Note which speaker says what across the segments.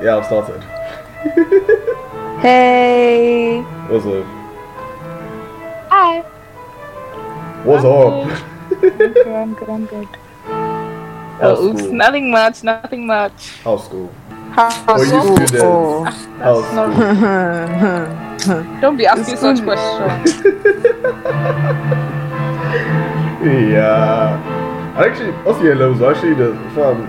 Speaker 1: Yeah, I've started.
Speaker 2: Hey.
Speaker 1: What's up?
Speaker 2: Hi.
Speaker 1: What's
Speaker 2: I'm
Speaker 1: up?
Speaker 2: Good. I'm good. I'm good.
Speaker 1: How's
Speaker 2: Oh, oops.
Speaker 1: school?
Speaker 2: Nothing much. Nothing much.
Speaker 1: How's school?
Speaker 2: How
Speaker 1: For you students. How's
Speaker 2: That's not-
Speaker 1: school?
Speaker 2: Don't be asking
Speaker 3: School.
Speaker 2: such questions.
Speaker 1: Yeah. I actually, us year levels are actually the fam.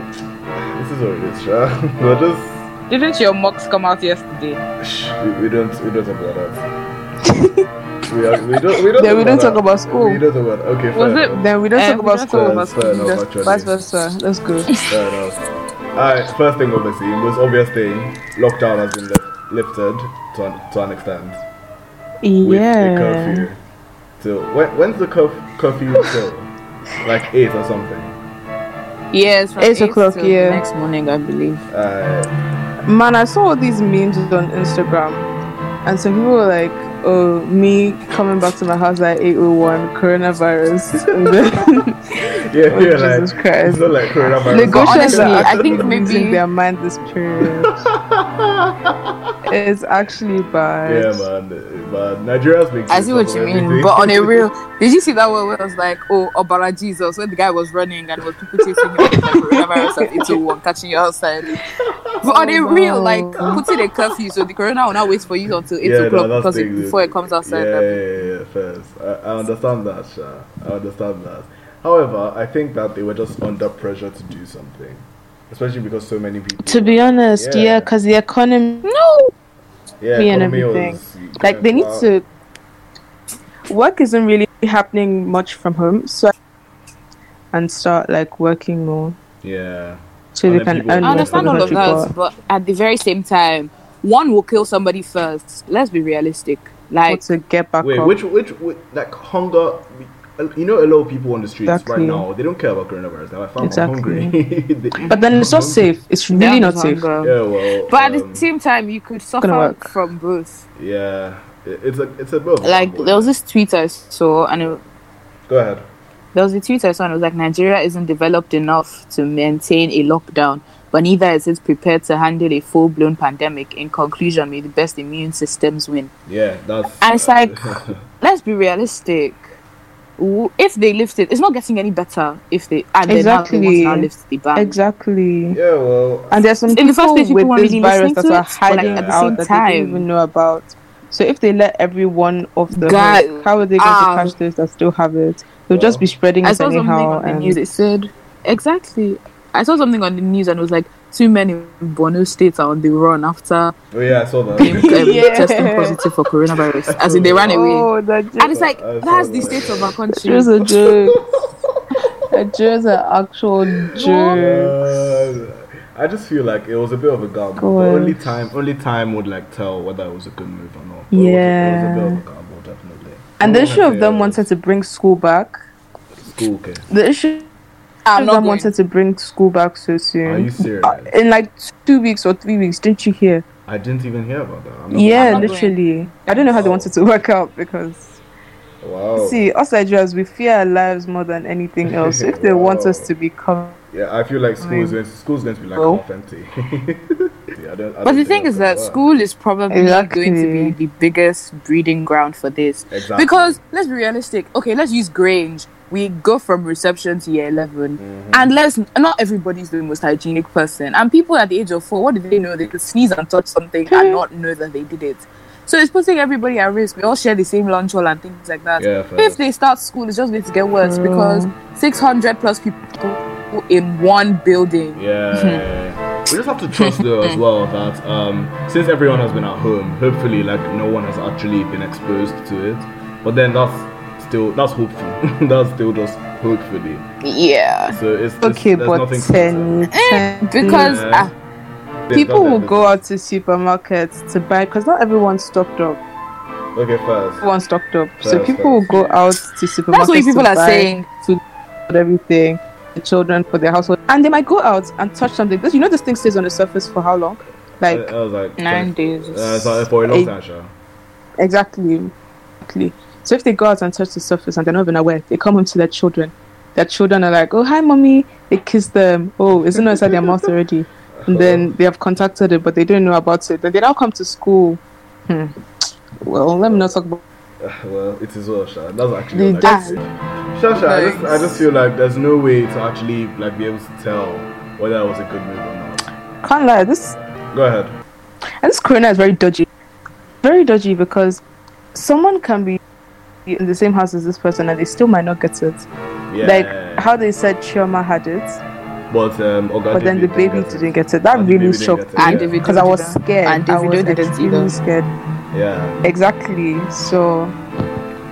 Speaker 1: This is what it is, sha. We're just
Speaker 2: Didn't your mocks come out yesterday?
Speaker 1: shh, we, we don't we don't talk about that. we, are, we don't we don't.
Speaker 3: Then we don't talk
Speaker 1: that.
Speaker 3: about school.
Speaker 1: We don't talk about okay. Fair
Speaker 2: Was it-
Speaker 1: enough.
Speaker 3: Then we don't
Speaker 2: Eh,
Speaker 3: talk
Speaker 2: we
Speaker 3: about
Speaker 2: don't
Speaker 3: school.
Speaker 2: talk
Speaker 1: about
Speaker 3: That's
Speaker 1: school. Fair enough,
Speaker 3: just
Speaker 1: actually.
Speaker 3: vice versa. That's good.
Speaker 1: Fair enough. Alright, first thing obviously, most obvious thing, lockdown has been lif- lifted to an, to an extent. with the
Speaker 3: Yeah.
Speaker 1: curfew. So when, when's the curf- curfew till? like eight or something.
Speaker 4: Yes,
Speaker 3: Eight o'clock,
Speaker 4: till
Speaker 3: yeah.
Speaker 4: the next morning, I believe.
Speaker 1: Uh,
Speaker 3: Man, I saw all these memes on Instagram, and some people were like, "Oh, me coming back to my house at 8:01, coronavirus." And then-
Speaker 1: yeah, yeah,
Speaker 3: Oh, Jesus
Speaker 1: like it's
Speaker 3: Christ.
Speaker 1: not like coronavirus.
Speaker 3: The
Speaker 4: But
Speaker 3: Goshen's
Speaker 4: honestly,
Speaker 3: are
Speaker 4: I think
Speaker 3: actually
Speaker 4: maybe-
Speaker 3: losing their mind this period. it's actually bad.
Speaker 1: yeah, man, uh, man. Nigeria's been.
Speaker 4: I see what you mean, but on a real, did you see that one where it was like, oh, Obara Jesus, when the guy was running and was people chasing him with like coronavirus at 801, catching you outside? But on a
Speaker 3: Oh,
Speaker 4: real,
Speaker 3: no.
Speaker 4: like, putting a curfew so the corona will not wait for you until 8
Speaker 1: Yeah, no,
Speaker 4: o'clock
Speaker 1: that's
Speaker 4: because it,
Speaker 1: things-
Speaker 4: before it comes outside.
Speaker 1: Yeah, yeah, yeah, first. I, I understand that, Sha. I understand that. However, I think that they were just under pressure to do something, especially because so many people.
Speaker 3: To be honest,
Speaker 1: Yeah.
Speaker 3: yeah, because the economy
Speaker 1: yeah,
Speaker 3: me and
Speaker 1: economy was-
Speaker 3: everything. like they need
Speaker 1: Wow.
Speaker 3: to work isn't really happening much from home so and start like working more
Speaker 1: Yeah.
Speaker 3: so
Speaker 1: And
Speaker 3: they
Speaker 1: then
Speaker 3: can
Speaker 1: people
Speaker 3: earn
Speaker 1: will
Speaker 4: I
Speaker 3: more
Speaker 1: for
Speaker 4: understand
Speaker 1: the
Speaker 4: all
Speaker 3: for the
Speaker 4: of that, but at the very same time, one will kill somebody first. Let's be realistic. Like,
Speaker 3: to get back
Speaker 1: Wait,
Speaker 3: up
Speaker 1: which, which which like hunger? You know, a lot of people on the streets
Speaker 3: Exactly.
Speaker 1: right now they don't care about coronavirus. They're like, "Fam,
Speaker 3: Exactly.
Speaker 1: I'm hungry." They-
Speaker 3: but then it's not safe it's really
Speaker 4: damn
Speaker 3: not safe
Speaker 4: hunger.
Speaker 1: Yeah, well.
Speaker 4: But at
Speaker 1: um,
Speaker 4: the same time, you could suffer
Speaker 3: work.
Speaker 4: from both.
Speaker 1: yeah, it- it's a it's a bit. of a
Speaker 4: Like,
Speaker 1: combo.
Speaker 4: there was this tweet I saw, and it,
Speaker 1: Go ahead.
Speaker 4: there was a tweet I saw, and it was like, Nigeria isn't developed enough to maintain a lockdown, but neither is it prepared to handle a full blown pandemic. In conclusion, may the best immune systems win.
Speaker 1: Yeah, that's.
Speaker 4: And it's like, let's be realistic. W- If they lift it, it's not getting any better. If they and then now
Speaker 3: Exactly.
Speaker 4: they want to now lift the ban.
Speaker 3: exactly
Speaker 1: yeah, well.
Speaker 3: and there's some
Speaker 4: In the first
Speaker 3: people
Speaker 4: place, people
Speaker 3: with
Speaker 4: weren't
Speaker 3: this
Speaker 4: really
Speaker 3: virus
Speaker 4: listening
Speaker 3: that
Speaker 4: to
Speaker 3: are
Speaker 4: it, but,
Speaker 1: like,
Speaker 3: hiding
Speaker 1: at the
Speaker 3: out
Speaker 4: same
Speaker 3: that they
Speaker 4: time-
Speaker 3: don't even know about so if they let every one of the
Speaker 4: Guy-
Speaker 3: how are they going
Speaker 4: Ah.
Speaker 3: to catch those that still have it they'll just be spreading
Speaker 4: I
Speaker 3: it
Speaker 4: saw something
Speaker 3: anyhow
Speaker 4: on the news.
Speaker 3: and
Speaker 4: It said exactly. I saw something on the news and it was like two men in Borno State are on the run after
Speaker 1: oh yeah, I saw that.
Speaker 4: being um,
Speaker 3: Yeah.
Speaker 4: testing positive for coronavirus. As in, they ran away.
Speaker 3: oh that
Speaker 4: And it's like
Speaker 1: I saw
Speaker 4: that's the
Speaker 1: that.
Speaker 4: state of our country.
Speaker 3: Jews are jerks. A Jews are actual jerks.
Speaker 1: Uh, I just feel like it was a bit of a gamble.
Speaker 3: Go
Speaker 1: But
Speaker 3: on.
Speaker 1: only time, only time would like tell whether it was a good move or not. But
Speaker 3: Yeah.
Speaker 1: it was, it was a bit of a gamble, definitely.
Speaker 3: And the
Speaker 1: No
Speaker 3: issue of them
Speaker 1: one
Speaker 3: wanted to bring school back.
Speaker 1: has a School kid.
Speaker 3: The issue
Speaker 4: I'm
Speaker 3: of
Speaker 4: not
Speaker 3: them
Speaker 4: going.
Speaker 3: wanted to bring school back so
Speaker 1: Are you
Speaker 3: soon.
Speaker 1: serious?
Speaker 3: Uh, In like two weeks or three weeks, didn't you hear?
Speaker 1: I didn't even hear about that. I'm not- Oh.
Speaker 3: Yeah,
Speaker 4: I'm not
Speaker 3: literally. I don't know how they
Speaker 1: Wow.
Speaker 3: wanted to work out because
Speaker 1: Wow.
Speaker 3: see, us Nigerians we fear our lives more than anything else. If they want us to be covered,
Speaker 1: Yeah, I feel like school is going to, school's going to be like
Speaker 3: Well.
Speaker 1: half empty. yeah, I don't, I
Speaker 4: But
Speaker 1: don't
Speaker 4: the
Speaker 1: think
Speaker 4: thing
Speaker 1: that's
Speaker 4: is
Speaker 1: gonna
Speaker 4: that
Speaker 1: work.
Speaker 4: school is probably
Speaker 3: Exactly.
Speaker 4: going to be the biggest breeding ground for this.
Speaker 1: exactly.
Speaker 4: Because let's be realistic. Okay, let's use Grange. We go from reception to year 11.
Speaker 1: Mm-hmm.
Speaker 4: And let's not everybody's the most hygienic person. And people at the age of four, what do they know? They could sneeze and touch something and
Speaker 3: Mm-hmm.
Speaker 4: not know that they did it. So it's putting everybody at risk. We all share the same lunch hall and things like that.
Speaker 1: yeah, fair.
Speaker 4: If they start school, it's just going to get worse
Speaker 3: True.
Speaker 4: because 600 plus people in one building.
Speaker 1: yeah. we just have to trust though as well that um, since everyone has been at home, hopefully like no one has actually been exposed to it. But then that's still that's hopeful. that's still just hopefully.
Speaker 4: Yeah.
Speaker 1: So it's, it's
Speaker 3: okay,
Speaker 1: there's
Speaker 3: but
Speaker 1: nothing to
Speaker 3: ten, ten
Speaker 4: Eh, Because
Speaker 1: Yeah.
Speaker 4: ah,
Speaker 1: say. There's
Speaker 3: people
Speaker 1: nothing
Speaker 3: will
Speaker 1: to
Speaker 3: go out to supermarkets to buy because not everyone's stocked up.
Speaker 1: say. Okay, first.
Speaker 3: Everyone's stocked up, so
Speaker 1: Fair,
Speaker 3: people
Speaker 1: fair.
Speaker 3: will go out to supermarkets.
Speaker 4: that's what you people
Speaker 3: to
Speaker 4: are
Speaker 3: buy
Speaker 4: saying.
Speaker 3: and everything, the children for their household, and they might go out and touch something. Because you know this thing stays on the surface for how long? Like
Speaker 1: I, I was like
Speaker 4: Nine days.
Speaker 1: Uh, so for a long
Speaker 3: Eight.
Speaker 1: time, sure.
Speaker 3: exactly, exactly. So if they go out and touch the surface and they're not even aware, they come home to their children. Their children are like, "Oh, hi, mommy." They kiss them. Oh, it's not inside their mouth already.
Speaker 1: Uh-huh.
Speaker 3: And then they have contacted it, but they don't know about it. Then they now come to school. Hmm. Well, let me not talk about.
Speaker 1: Well, it is well, Sha. That's actually
Speaker 3: They
Speaker 1: all I can
Speaker 3: just-
Speaker 1: say. Sha, Sha, I just, I just feel like there's no way to actually like be able to tell whether that was a good move or not.
Speaker 3: Can't lie. This
Speaker 1: Go ahead.
Speaker 3: And this corona is very dodgy. Very dodgy because someone can be in the same house as this person and they still might not get it.
Speaker 1: Yeah.
Speaker 3: Like how they said Chioma had it,
Speaker 1: But um, Oga
Speaker 3: but then the
Speaker 1: didn't
Speaker 3: baby
Speaker 1: get it.
Speaker 3: didn't get it. That
Speaker 1: And the
Speaker 3: really
Speaker 1: baby didn't
Speaker 3: shocked
Speaker 1: get it,
Speaker 5: And
Speaker 1: yeah.
Speaker 5: if it-
Speaker 3: because I was
Speaker 5: Didn't
Speaker 3: scared.
Speaker 5: And
Speaker 3: I
Speaker 5: Davido
Speaker 3: was
Speaker 5: didn't
Speaker 3: extremely
Speaker 5: either.
Speaker 3: scared.
Speaker 1: Yeah.
Speaker 3: Exactly. So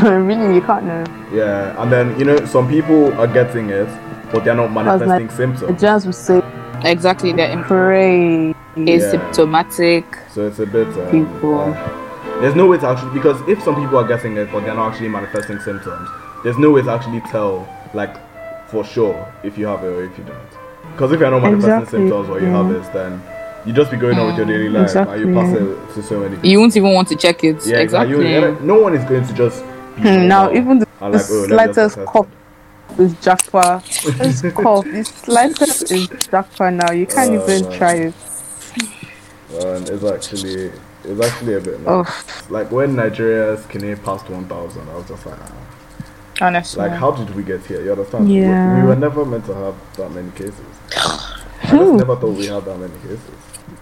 Speaker 3: really, you can't know.
Speaker 1: Yeah, and then you know some people are getting it, but they're not
Speaker 3: was
Speaker 1: manifesting
Speaker 3: like- The
Speaker 1: symptoms.
Speaker 3: jazz would say
Speaker 5: Exactly, they're im-
Speaker 3: pray.
Speaker 5: asymptomatic.
Speaker 1: So it's a bit. Um,
Speaker 5: People.
Speaker 1: uh, there's no way to actually because if some people are getting it but they're not actually manifesting symptoms, there's no way to actually tell like for sure if you have it or if you don't. Because if you're not manifesting
Speaker 3: Exactly,
Speaker 1: symptoms or you have it, then you just be going on with your daily life and you pass
Speaker 3: exactly.
Speaker 1: it to so many. people.
Speaker 5: You won't even want to check it.
Speaker 1: yeah,
Speaker 5: exactly.
Speaker 1: You, and no one is going to just. be
Speaker 3: Hmm, now
Speaker 1: normal
Speaker 3: even the,
Speaker 1: and
Speaker 3: the
Speaker 1: like, oh, let me just
Speaker 3: slightest
Speaker 1: get tested.
Speaker 3: cough is Jackpa. This cough, the slightest is Jackpa now. You can't
Speaker 1: Oh,
Speaker 3: even
Speaker 1: man.
Speaker 3: try it.
Speaker 1: And it's actually it's actually a bit.
Speaker 3: Oh.
Speaker 1: Nuts. Like when Nigeria's Kine passed 1,000, I was just like, ah.
Speaker 3: Honestly.
Speaker 1: like how did we get here? You understand?
Speaker 3: Yeah.
Speaker 1: We, we were never meant to have that many cases. I just
Speaker 3: Who?
Speaker 1: never thought we had that many cases.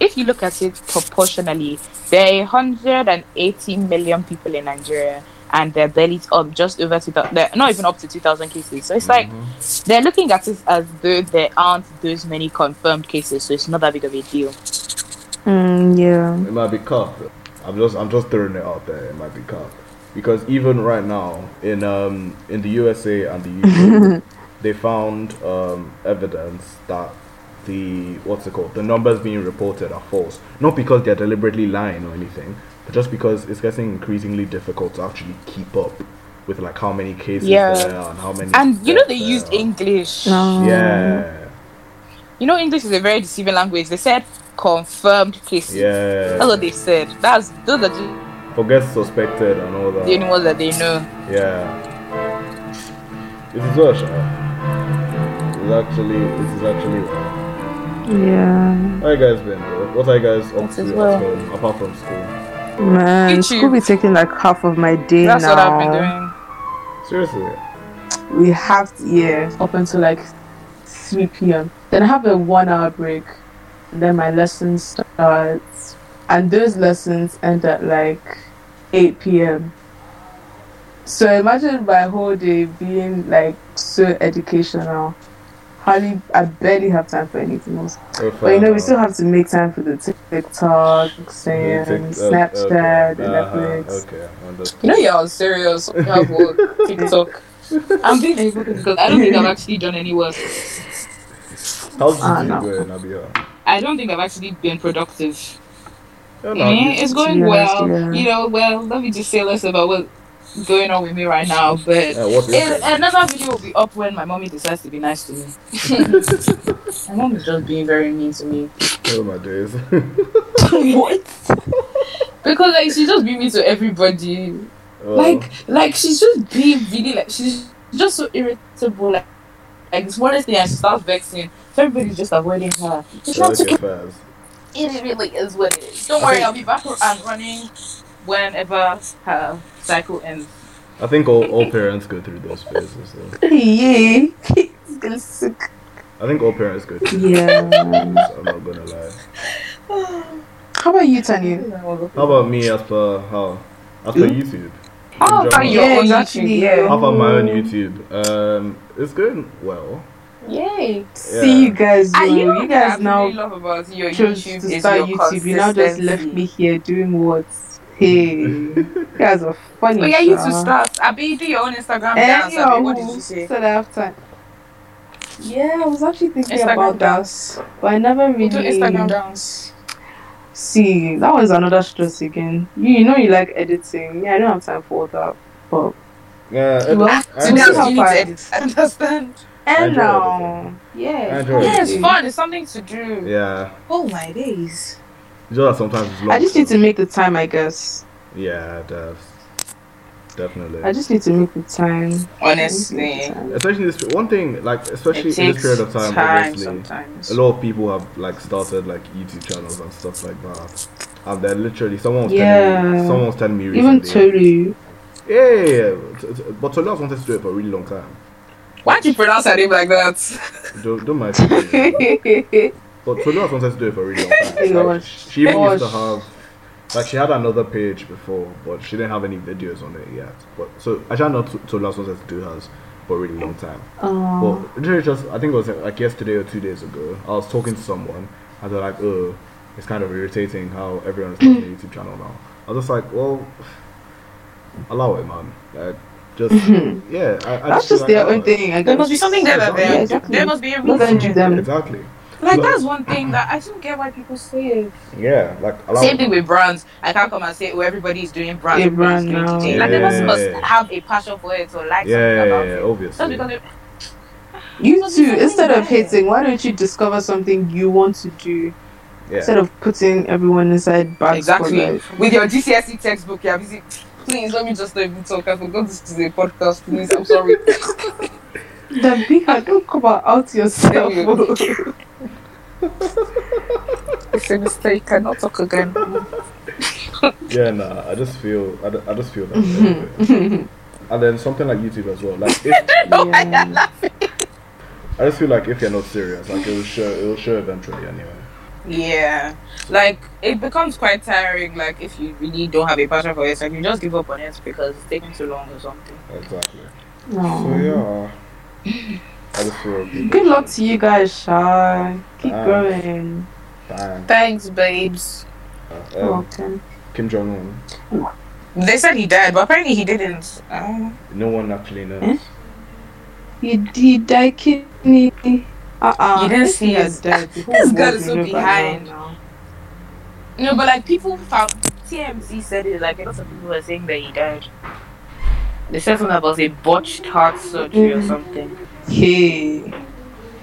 Speaker 4: If you look at it proportionally, there are 180 million people in Nigeria, and they're barely up just over 2,000. They're not even up to 2,000 cases. So it's like
Speaker 1: Mm-hmm.
Speaker 4: they're looking at it as though there aren't those many confirmed cases. So it's not that big of a deal.
Speaker 3: Mm, yeah.
Speaker 1: It might be cuffed. I'm just I'm just throwing it out there. It might be cuffed because even right now in um in the USA and the UK they found um evidence that the what's it called the numbers being reported are false. Not because they're deliberately lying or anything, but just because it's getting increasingly difficult to actually keep up with like how many cases
Speaker 4: Yeah.
Speaker 1: there are and how many.
Speaker 4: And you know
Speaker 1: deaths
Speaker 4: they
Speaker 1: there
Speaker 4: used
Speaker 1: are.
Speaker 4: English.
Speaker 3: No.
Speaker 1: Yeah.
Speaker 4: You know English is a very deceiving language. They said confirmed cases.
Speaker 1: Yeah.
Speaker 4: That's what they said. That's those are just
Speaker 1: Forget suspected and all that.
Speaker 4: the only ones that they know.
Speaker 1: Yeah. It is well, Shah. It's actually, it is actually well.
Speaker 3: Yeah.
Speaker 1: How you guys been? Though? What are you guys up
Speaker 4: It
Speaker 1: to
Speaker 4: is
Speaker 1: at
Speaker 4: well.
Speaker 1: home, apart from school?
Speaker 3: Man,
Speaker 4: YouTube.
Speaker 3: school be taking like half of my day
Speaker 4: That's
Speaker 3: now.
Speaker 4: what I've been doing.
Speaker 1: Seriously?
Speaker 3: doing. We have yeah, up until like 3 p.m. Then I have a one hour break. And then my lesson starts. And those lessons end at like 8 p.m. So imagine my whole day being like so educational. Hardly, I barely have time for anything else.
Speaker 1: Oh,
Speaker 3: But you know,
Speaker 1: fine.
Speaker 3: we still have to make time for the TikToks
Speaker 1: You
Speaker 3: and
Speaker 1: take- oh,
Speaker 3: Snapchat
Speaker 1: okay.
Speaker 3: and
Speaker 1: Uh-huh,
Speaker 3: Netflix.
Speaker 1: Okay, understood.
Speaker 4: You know you're all serious. You have work, TikTok. I'm being able because I don't think I've actually done any work.
Speaker 1: How's
Speaker 3: Ah,
Speaker 1: the
Speaker 3: no.
Speaker 1: going, Abia?
Speaker 4: I don't think I've actually been productive.
Speaker 1: Oh, no,
Speaker 4: Eh,
Speaker 1: you-
Speaker 4: it's going
Speaker 3: Yeah,
Speaker 4: well.
Speaker 3: yeah.
Speaker 4: You know, well, let me just say less about what's going on with me right now. But
Speaker 1: Yeah, what is it?
Speaker 4: it, another video will be up when my mommy decides to be nice to me. my mom is just being very mean to me.
Speaker 1: Oh my days.
Speaker 4: what? because like she's just being mean to everybody.
Speaker 1: Well,
Speaker 4: Like like she's just being really like she's just so irritable. Like like this one thing and she starts vexing. So everybody's just avoiding her. It's not
Speaker 1: okay, fast.
Speaker 4: it really is what it is. Don't worry, I'll be back and running whenever her cycle ends.
Speaker 1: I think all, all parents go through those phases. Though.
Speaker 3: Yeah. It's gonna suck.
Speaker 1: I think all parents go through
Speaker 3: Yeah.
Speaker 1: those. I'm not gonna lie.
Speaker 3: How about you, Tanya?
Speaker 1: How about me as per how? As per YouTube.
Speaker 4: How
Speaker 1: In
Speaker 4: about
Speaker 1: general.
Speaker 4: Oh, your own YouTube, yeah.
Speaker 1: Half on my own YouTube. Um, it's going well.
Speaker 4: Yay!
Speaker 3: See you guys.
Speaker 4: Ah,
Speaker 3: yo.
Speaker 4: you,
Speaker 3: you,
Speaker 4: know what
Speaker 3: guys
Speaker 4: I
Speaker 3: now
Speaker 4: really love about your
Speaker 3: chose
Speaker 4: YouTube
Speaker 3: to
Speaker 4: is
Speaker 3: start
Speaker 4: your
Speaker 3: YouTube. You now just left
Speaker 4: consistency.
Speaker 3: me here doing what? Hey, you guys are funny.
Speaker 4: Oh yeah, you two
Speaker 3: sha.
Speaker 4: stars. I be do your own Instagram
Speaker 3: Eh,
Speaker 4: dance.
Speaker 3: yo,
Speaker 4: Abi, what did you say?
Speaker 3: so that I have time. Yeah, I was actually thinking
Speaker 4: Instagram
Speaker 3: about that,
Speaker 4: dance.
Speaker 3: but I never
Speaker 4: We do Instagram
Speaker 3: really
Speaker 4: dance.
Speaker 3: see. That was another stress again. You, you know, you like editing. Yeah, I don't have time for all that. But
Speaker 1: Yeah, it-
Speaker 3: Well,
Speaker 1: I
Speaker 3: to
Speaker 1: enjoy
Speaker 3: me,
Speaker 1: it.
Speaker 3: how
Speaker 4: you need to
Speaker 3: far-
Speaker 4: edit. Understand?
Speaker 1: enjoy
Speaker 3: and
Speaker 1: it,
Speaker 3: now, yeah,
Speaker 1: I enjoy it.
Speaker 4: Yeah, it's
Speaker 3: fun.
Speaker 4: fun. It's something to do.
Speaker 1: yeah.
Speaker 4: Oh my days.
Speaker 1: It's just that sometimes it's long.
Speaker 3: I just need to make the time, I guess.
Speaker 1: Yeah, it does. Definitely.
Speaker 3: I just need to make the time.
Speaker 4: Honestly,
Speaker 1: especially this one thing like especially
Speaker 4: it
Speaker 1: in this
Speaker 4: takes
Speaker 1: period of time,
Speaker 4: time
Speaker 1: obviously
Speaker 4: sometimes.
Speaker 1: a lot of people have like started like YouTube channels and stuff like that, and they're literally someone was telling me
Speaker 3: Yeah.
Speaker 1: someone was telling me
Speaker 3: Even
Speaker 1: recently.
Speaker 3: Tolu.
Speaker 1: yeah, yeah, yeah. T- t- but Tolu has wanted to do it for a really long time.
Speaker 4: Why'd you pronounce her name like that?
Speaker 1: Don't, don't mind. but Tolu has wanted to do it for a really long time. Like,
Speaker 3: Gosh.
Speaker 1: she even used to
Speaker 3: Gosh.
Speaker 1: have like she had another page before, but she didn't have any videos on it yet. But so actually, I know T- Tolu has wanted to do hers for a really long time. Well,
Speaker 3: Oh,
Speaker 1: literally just I think it was like yesterday or two days ago. I was talking to someone, and they're like, "Oh, it's kind of irritating how everyone's on a YouTube channel now." I was just like, "Well, allow it, man. Like, just yeah." I, I
Speaker 3: that's
Speaker 1: feel
Speaker 3: just
Speaker 1: like,
Speaker 3: their
Speaker 1: allow
Speaker 3: own
Speaker 1: it.
Speaker 3: thing. I
Speaker 4: There must
Speaker 3: guess.
Speaker 4: be something there that
Speaker 1: Yeah,
Speaker 4: they
Speaker 3: exactly.
Speaker 4: there must be a
Speaker 3: Not
Speaker 4: reason.
Speaker 3: envy them.
Speaker 1: Exactly.
Speaker 4: Like
Speaker 1: Look.
Speaker 4: that's one thing that I don't get why people say it.
Speaker 1: Yeah, like allow
Speaker 4: Same
Speaker 1: it.
Speaker 4: thing with brands. I can't come and say, oh, everybody's doing brands.
Speaker 3: Yeah,
Speaker 4: everybody's doing
Speaker 3: brand
Speaker 4: today.
Speaker 1: now.
Speaker 4: Like, they must, must
Speaker 1: Yeah.
Speaker 4: have a passion for it or like
Speaker 1: Yeah,
Speaker 4: something
Speaker 1: yeah,
Speaker 4: about
Speaker 1: yeah,
Speaker 4: it. Just
Speaker 1: obviously.
Speaker 4: because it,
Speaker 3: You
Speaker 4: Because
Speaker 3: too.
Speaker 4: it's
Speaker 3: Instead of
Speaker 4: something there.
Speaker 3: hating, why don't you discover something you want to do instead
Speaker 1: Yeah.
Speaker 3: of putting everyone inside bags? For
Speaker 4: exactly
Speaker 3: life?
Speaker 4: with your GCSE E textbook, you're busy. Please let me just not even talk. I forgot this is a podcast. Please, I'm sorry.
Speaker 3: Then be hard. Don't come out yourself.
Speaker 4: it's a mistake. I cannot talk again.
Speaker 1: Yeah, nah. I just feel I, d- I just feel that. and then something like YouTube as well. Like, if,
Speaker 3: yeah.
Speaker 1: I just feel like if you're not serious, like it will show. It will show eventually, anyway.
Speaker 4: Yeah, like it becomes quite tiring. Like if you really don't have a passion for it, like you just give up on it because it's taking too long or something.
Speaker 1: Exactly. So
Speaker 3: No.
Speaker 1: yeah. I just feel people.
Speaker 3: Good luck to you guys, Sha. Keep
Speaker 1: Ah.
Speaker 3: going.
Speaker 1: Bang.
Speaker 4: Thanks, babes.
Speaker 1: Um,
Speaker 3: Welcome.
Speaker 1: Kim Jong Un.
Speaker 4: They said he died, but apparently he didn't. Uh,
Speaker 1: No one actually knows.
Speaker 3: Eh? You did die, kidney. Uh uh
Speaker 4: You didn't see us. This girl is so behind. no, but like people found TMZ said it. Like a lot of people were saying that he died. They said something about a botched heart surgery or
Speaker 3: Mhm.
Speaker 4: something.
Speaker 3: Hey.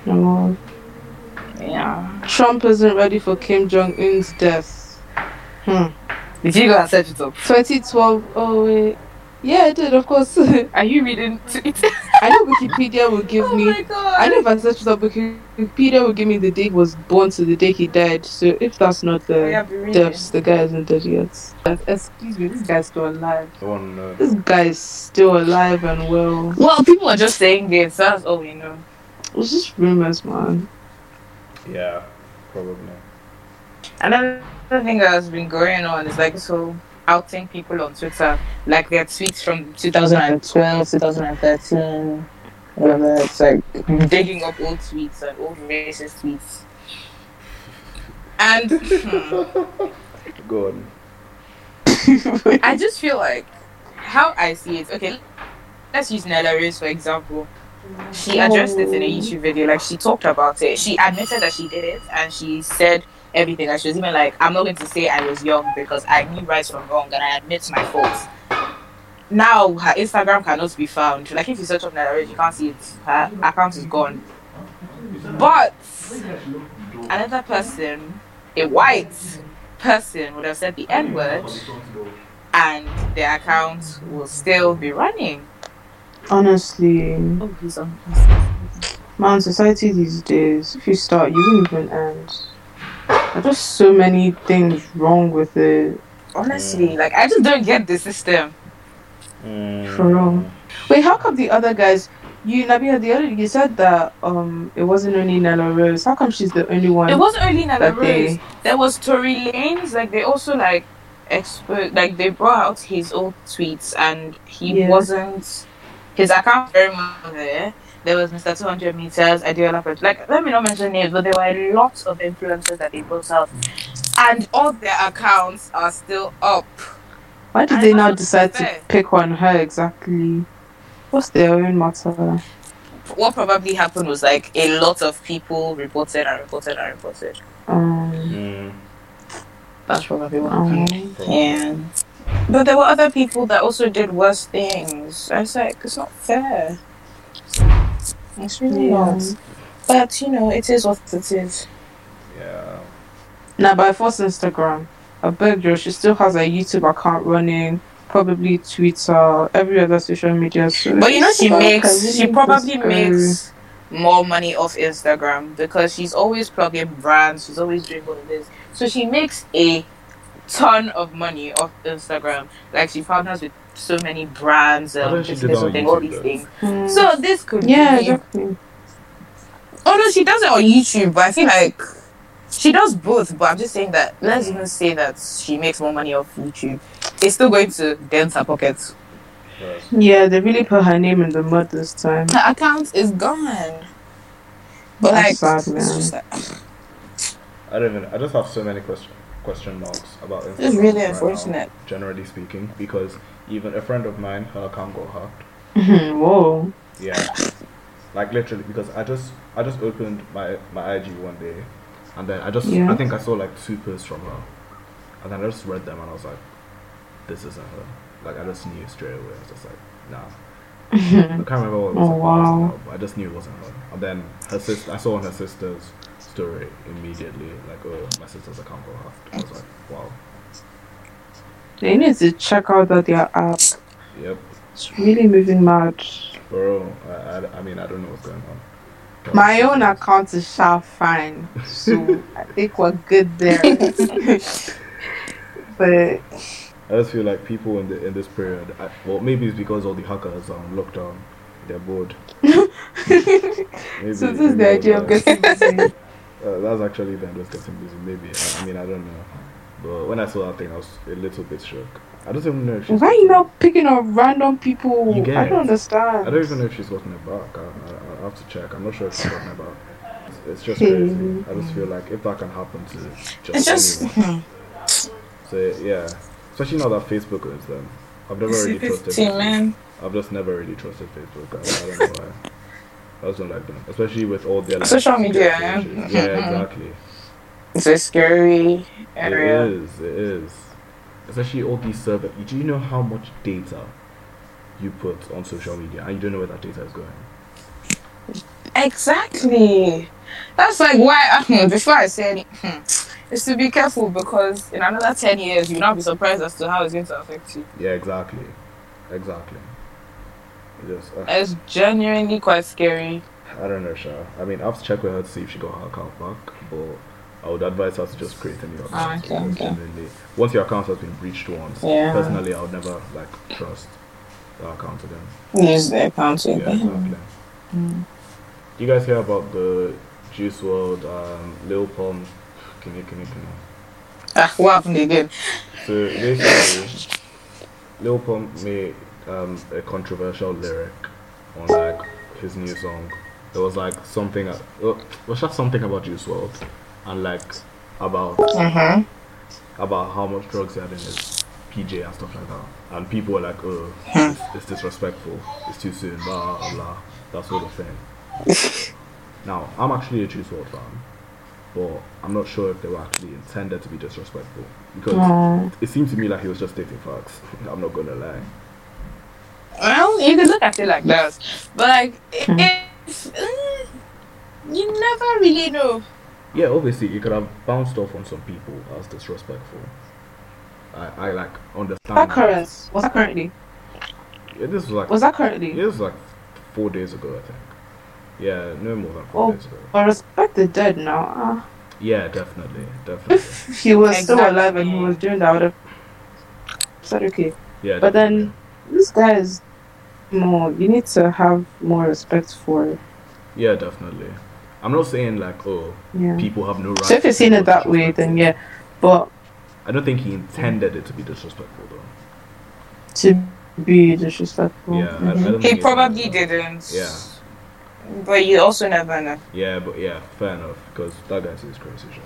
Speaker 3: No.
Speaker 4: Yeah.
Speaker 3: Trump isn't ready for Kim Jong Un's death. Hmm.
Speaker 4: Did you go and search it up?
Speaker 3: 2012. Oh wait. Yeah, I did. Of course. I
Speaker 4: Are you reading it?
Speaker 3: know Wikipedia will give me.
Speaker 4: Oh god.
Speaker 3: I know if I search it up, Wikipedia will give me the day he was born to the day he died. So if that's not the
Speaker 4: Oh, Yeah, be reading.
Speaker 3: deaths, the guy isn't dead yet. Excuse me, this guy's still alive.
Speaker 1: No one knows.
Speaker 3: This guy is still alive and well.
Speaker 4: Well, people are just saying this. That's all we know.
Speaker 3: It's just rumors, man.
Speaker 1: Yeah, probably.
Speaker 4: Another thing that has been going on is like so outing people on Twitter, like their tweets from 2012, 2013, whatever. It's like digging up old tweets and old racist tweets. And hmm,
Speaker 1: Go on.
Speaker 4: I just feel like how I see it. Okay, let's use Nella Rose for example. She addressed it in a YouTube video. Like she talked about it. She admitted that she did it, and she said everything. Like she was even like, "I'm not going to say I was young because I knew right from wrong, and I admit my faults." Now her Instagram cannot be found. Like if you search up Nella Rose, you can't see it. Her account is gone. But another person, a white person, would have said the N word, and their account will still be running.
Speaker 3: Honestly,
Speaker 4: Oh, he's on.
Speaker 3: man, society these days, if you start, you won't even end. There are just so many things wrong with it.
Speaker 4: Honestly, like I just don't get the system.
Speaker 1: Mm,
Speaker 3: For real. Wait, how come the other guys? You Nabia, the other you said that um it wasn't only Nella Rose. How come she's the only one?
Speaker 4: It wasn't only Nala
Speaker 3: that they-
Speaker 4: Rose. There was Tory Lanez. Like they also like expo- Like they brought out his old tweets, and he
Speaker 3: Yeah.
Speaker 4: wasn't. His account very much there. There was Mr. 200 meters, Ideal Apple. Like, let me not mention names, but there were lots of influencers that they brought out, and all their accounts are still up.
Speaker 3: Why did
Speaker 4: I
Speaker 3: they
Speaker 4: know
Speaker 3: now
Speaker 4: it's
Speaker 3: decide to
Speaker 4: unfair.
Speaker 3: pick on her exactly? What's their own matter?
Speaker 4: What probably happened was like a lot of people reported and reported and reported.
Speaker 3: Um,
Speaker 1: mm,
Speaker 4: That's probably what
Speaker 3: um,
Speaker 4: Yeah. But there were other people that also did worse things. I was like, it's not fair. It's really
Speaker 3: Yeah.
Speaker 4: not. But you know, it is what it is.
Speaker 1: Yeah.
Speaker 3: now by force Instagram. I beg you, she still has her YouTube account running. probably Twitter, every other social media. So
Speaker 4: But you know, she
Speaker 3: so I
Speaker 4: makes,
Speaker 3: can
Speaker 4: she
Speaker 3: really
Speaker 4: probably
Speaker 3: just, um,
Speaker 4: makes more money off Instagram because she's always plugging brands, she's always doing all of this. So she makes a ton of money off Instagram. Like she partners with so many brands,
Speaker 1: I
Speaker 4: um,
Speaker 1: think she
Speaker 4: this,
Speaker 1: did
Speaker 4: this
Speaker 1: that on
Speaker 4: thing, all
Speaker 1: YouTube
Speaker 4: these
Speaker 1: though.
Speaker 4: things.
Speaker 3: mm,
Speaker 4: So this could
Speaker 3: yeah,
Speaker 4: be.
Speaker 3: definitely.
Speaker 4: Oh no, she does it on YouTube, but I feel like she does both. But I'm just saying that let's even say that she makes more money off YouTube. It's still going to dent her pockets.
Speaker 3: Yeah, they really put her name in the mud this time.
Speaker 4: Her account is gone. But like,
Speaker 3: That's sad, man.
Speaker 4: it's just like,
Speaker 1: I don't even. I just have so many question question marks about Instagram.
Speaker 4: it's
Speaker 1: right
Speaker 4: really
Speaker 1: now,
Speaker 4: unfortunate.
Speaker 1: generally speaking, because even a friend of mine, her account got hacked.
Speaker 3: Hmm, Whoa.
Speaker 1: Yeah, like literally, because I just I just opened my my IG one day, and then I just
Speaker 3: Yeah.
Speaker 1: I think I saw like two posts from her, and then I just read them and I was like, this isn't her. Like I just knew straight away. I was just like, nah. I can't remember what it was
Speaker 3: Oh,
Speaker 1: about,
Speaker 3: wow.
Speaker 1: but I just knew it wasn't her. And then her sister, I saw on her sister's story immediately, like, oh, my sister's account got hacked. I was like, wow,
Speaker 3: They need to check out that their app.
Speaker 1: yep,
Speaker 3: It's really moving mad.
Speaker 1: bro. I, I, I mean, I don't know what's going on. But-
Speaker 3: My own account is sharp fine, so I think we're good there. but
Speaker 1: I just feel like people in the in this period, I, well, maybe it's because all the hackers are on lockdown. They're bored. Maybe-
Speaker 3: so this
Speaker 1: maybe
Speaker 3: is the idea of
Speaker 1: that's-
Speaker 3: getting busy.
Speaker 1: Uh, that's actually them just getting busy. Maybe I, I mean I don't know, but when I saw that thing, I was a little bit shocked. I don't even know if she's
Speaker 3: Why are you
Speaker 1: gotten-
Speaker 3: not picking up random people?
Speaker 1: You get
Speaker 3: I don't
Speaker 1: it.
Speaker 3: understand.
Speaker 1: I don't even know if she's gotten it back. I, I, I have to check. I'm not sure if she's gotten it back. It's, it's just
Speaker 3: Hmm.
Speaker 1: crazy. I just feel like if that can happen to just,
Speaker 4: It's just.
Speaker 1: anyone, so yeah, especially now that Facebook owns them. I've never really trusted.
Speaker 4: See,
Speaker 1: Facebook.
Speaker 4: man.
Speaker 1: I've just never really trusted Facebook. I, I don't know why. I just don't like them, especially with all their like,
Speaker 4: Social media,
Speaker 1: security
Speaker 4: eh?
Speaker 1: issues. Yeah,
Speaker 4: Mhm.
Speaker 1: exactly.
Speaker 4: It's a scary area.
Speaker 1: It is. It is. Especially all these server. Do you know how much data you put on social media, and you don't know where that data is going?
Speaker 4: Exactly. That's like why hmm, before I say anything, is to be careful because in another ten years you'll not be surprised as to how it's going to affect you.
Speaker 1: Yeah, exactly, exactly. It Just, uh,
Speaker 4: It's genuinely quite scary.
Speaker 1: I don't know, Sha. I mean, I have to check with her to see if she got her account back, but I would advise her to just create a new account.
Speaker 4: Ah, okay,
Speaker 1: because
Speaker 4: okay.
Speaker 1: generally- Once your account has been breached once,
Speaker 4: Yeah.
Speaker 1: personally, I would never like trust that account again.
Speaker 4: Use the accounting.
Speaker 1: Yeah, exactly.
Speaker 4: Mm.
Speaker 1: You guys hear about the Juice World, um, Lil Pump, Kimmy, Kimmy, Kimmy.
Speaker 4: Ah, what happened again?
Speaker 1: So basically, Lil Pump made um, a controversial lyric on like his new song. It was like something, uh, it was just something about Juice World, and like about
Speaker 4: Mm-hmm.
Speaker 1: about how much drugs he had in his PJ and stuff like that. And people were like, oh, it's, it's disrespectful, it's too soon, blah, blah, blah, that sort of thing. now, I'm actually a Juice WRLD fan, but I'm not sure if they were actually intended to be disrespectful. Because
Speaker 3: Aw.
Speaker 1: it seemed to me like he was just stating facts. I'm not gonna lie.
Speaker 4: Well, you can look at it like that, but like if mm, you never really know.
Speaker 1: Yeah, obviously, he could have bounced off on some people as disrespectful. I, I like understand.
Speaker 3: that current? Was that currently?
Speaker 1: Yeah, this was like
Speaker 3: Was that currently?
Speaker 1: It was like four days ago, I think. Yeah, no more than four
Speaker 3: Oh.
Speaker 1: days ago.
Speaker 3: But respect the dead now. Ah.
Speaker 1: Yeah, definitely, definitely.
Speaker 3: if he was still
Speaker 4: Exactly.
Speaker 3: alive and he was doing that, I would have said okay.
Speaker 1: Yeah.
Speaker 3: But
Speaker 1: definitely.
Speaker 3: then this guy is more. You need to have more respect for.
Speaker 1: Yeah, definitely. I'm not saying like oh
Speaker 3: Yeah.
Speaker 1: people have no right.
Speaker 3: So if
Speaker 1: to
Speaker 3: you're seeing
Speaker 1: feel
Speaker 3: it that way, then yeah. But
Speaker 1: disrespectful. I don't think he intended it to be disrespectful though.
Speaker 3: to be disrespectful.
Speaker 1: Yeah, I, I don't
Speaker 4: He
Speaker 1: think
Speaker 4: probably
Speaker 1: intended
Speaker 4: didn't.
Speaker 1: Yeah.
Speaker 4: But you also never know.
Speaker 1: that. Yeah, but yeah, fair enough because that guy's is crazy. Sure.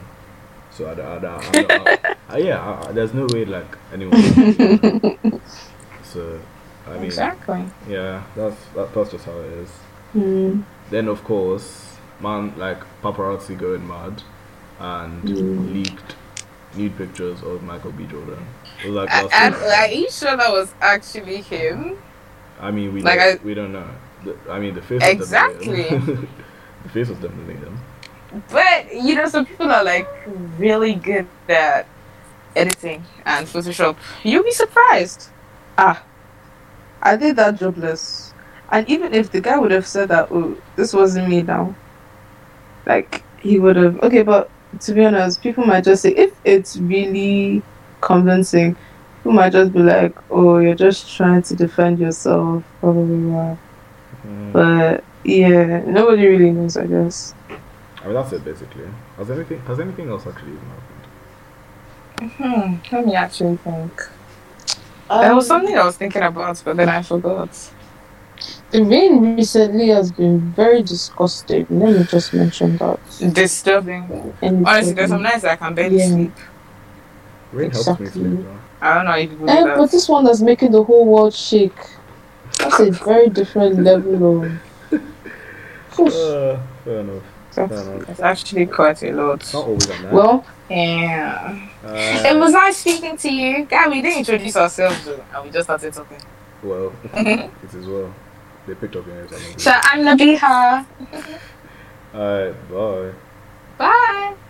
Speaker 1: So I, d- I, d- I, d- I, I- yeah, I, I- there's no way like anyone. so, I mean,
Speaker 4: Exactly.
Speaker 1: yeah, that's that, that's just how it is.
Speaker 3: Mm,
Speaker 1: Then of course, man, like paparazzi going mad, and leaked nude pictures of Michael B. Jordan. It was like
Speaker 4: I,
Speaker 1: last
Speaker 4: I,
Speaker 1: week.
Speaker 4: are you sure that was actually him?
Speaker 1: I mean, we
Speaker 4: like,
Speaker 1: don't, we don't know. The- I mean, the face was definitely
Speaker 4: Exactly.
Speaker 1: him. the face was definitely him.
Speaker 4: But you know, some people are like really good at editing and Photoshop. You'll be surprised.
Speaker 3: ah, are they that jobless? And even if the guy would have said that, oh, this wasn't me now, like he would have. Okay, but to be honest, people might just say if it's really convincing, people might just be like, oh, you're just trying to defend yourself, blah blah blah. blah.
Speaker 1: Mm.
Speaker 3: But yeah, nobody really knows, I guess.
Speaker 1: I mean, that's it basically. Has anything has anything else actually even happened?
Speaker 4: Hmm, let me actually think. Um, there was something I was thinking about, but then I forgot.
Speaker 6: The rain recently has been very disgusting. Let me just mention that.
Speaker 4: Disturbing.
Speaker 6: And it's
Speaker 4: Honestly,
Speaker 6: like-
Speaker 4: there's some nights I can barely
Speaker 6: Yeah.
Speaker 4: sleep.
Speaker 1: Rain helps me
Speaker 6: Exactly.
Speaker 1: sleep. Though.
Speaker 4: I don't know how you people do
Speaker 6: Eh, but
Speaker 4: that.
Speaker 6: this one that's making the whole world shake. That's a very different level of. Oof.
Speaker 1: Uh, fair enough. Fair
Speaker 4: That's-
Speaker 1: enough.
Speaker 4: It's actually quite a lot.
Speaker 1: Not always at night.
Speaker 6: Well,
Speaker 4: Yeah.
Speaker 1: uh,
Speaker 4: It was nice speaking to you. Guy, we didn't introduce ourselves though, and we just started talking.
Speaker 1: well, it is well. They picked up your names. I don't know.
Speaker 4: I'm Nabiha.
Speaker 1: All right, Uh, bye.
Speaker 4: Bye.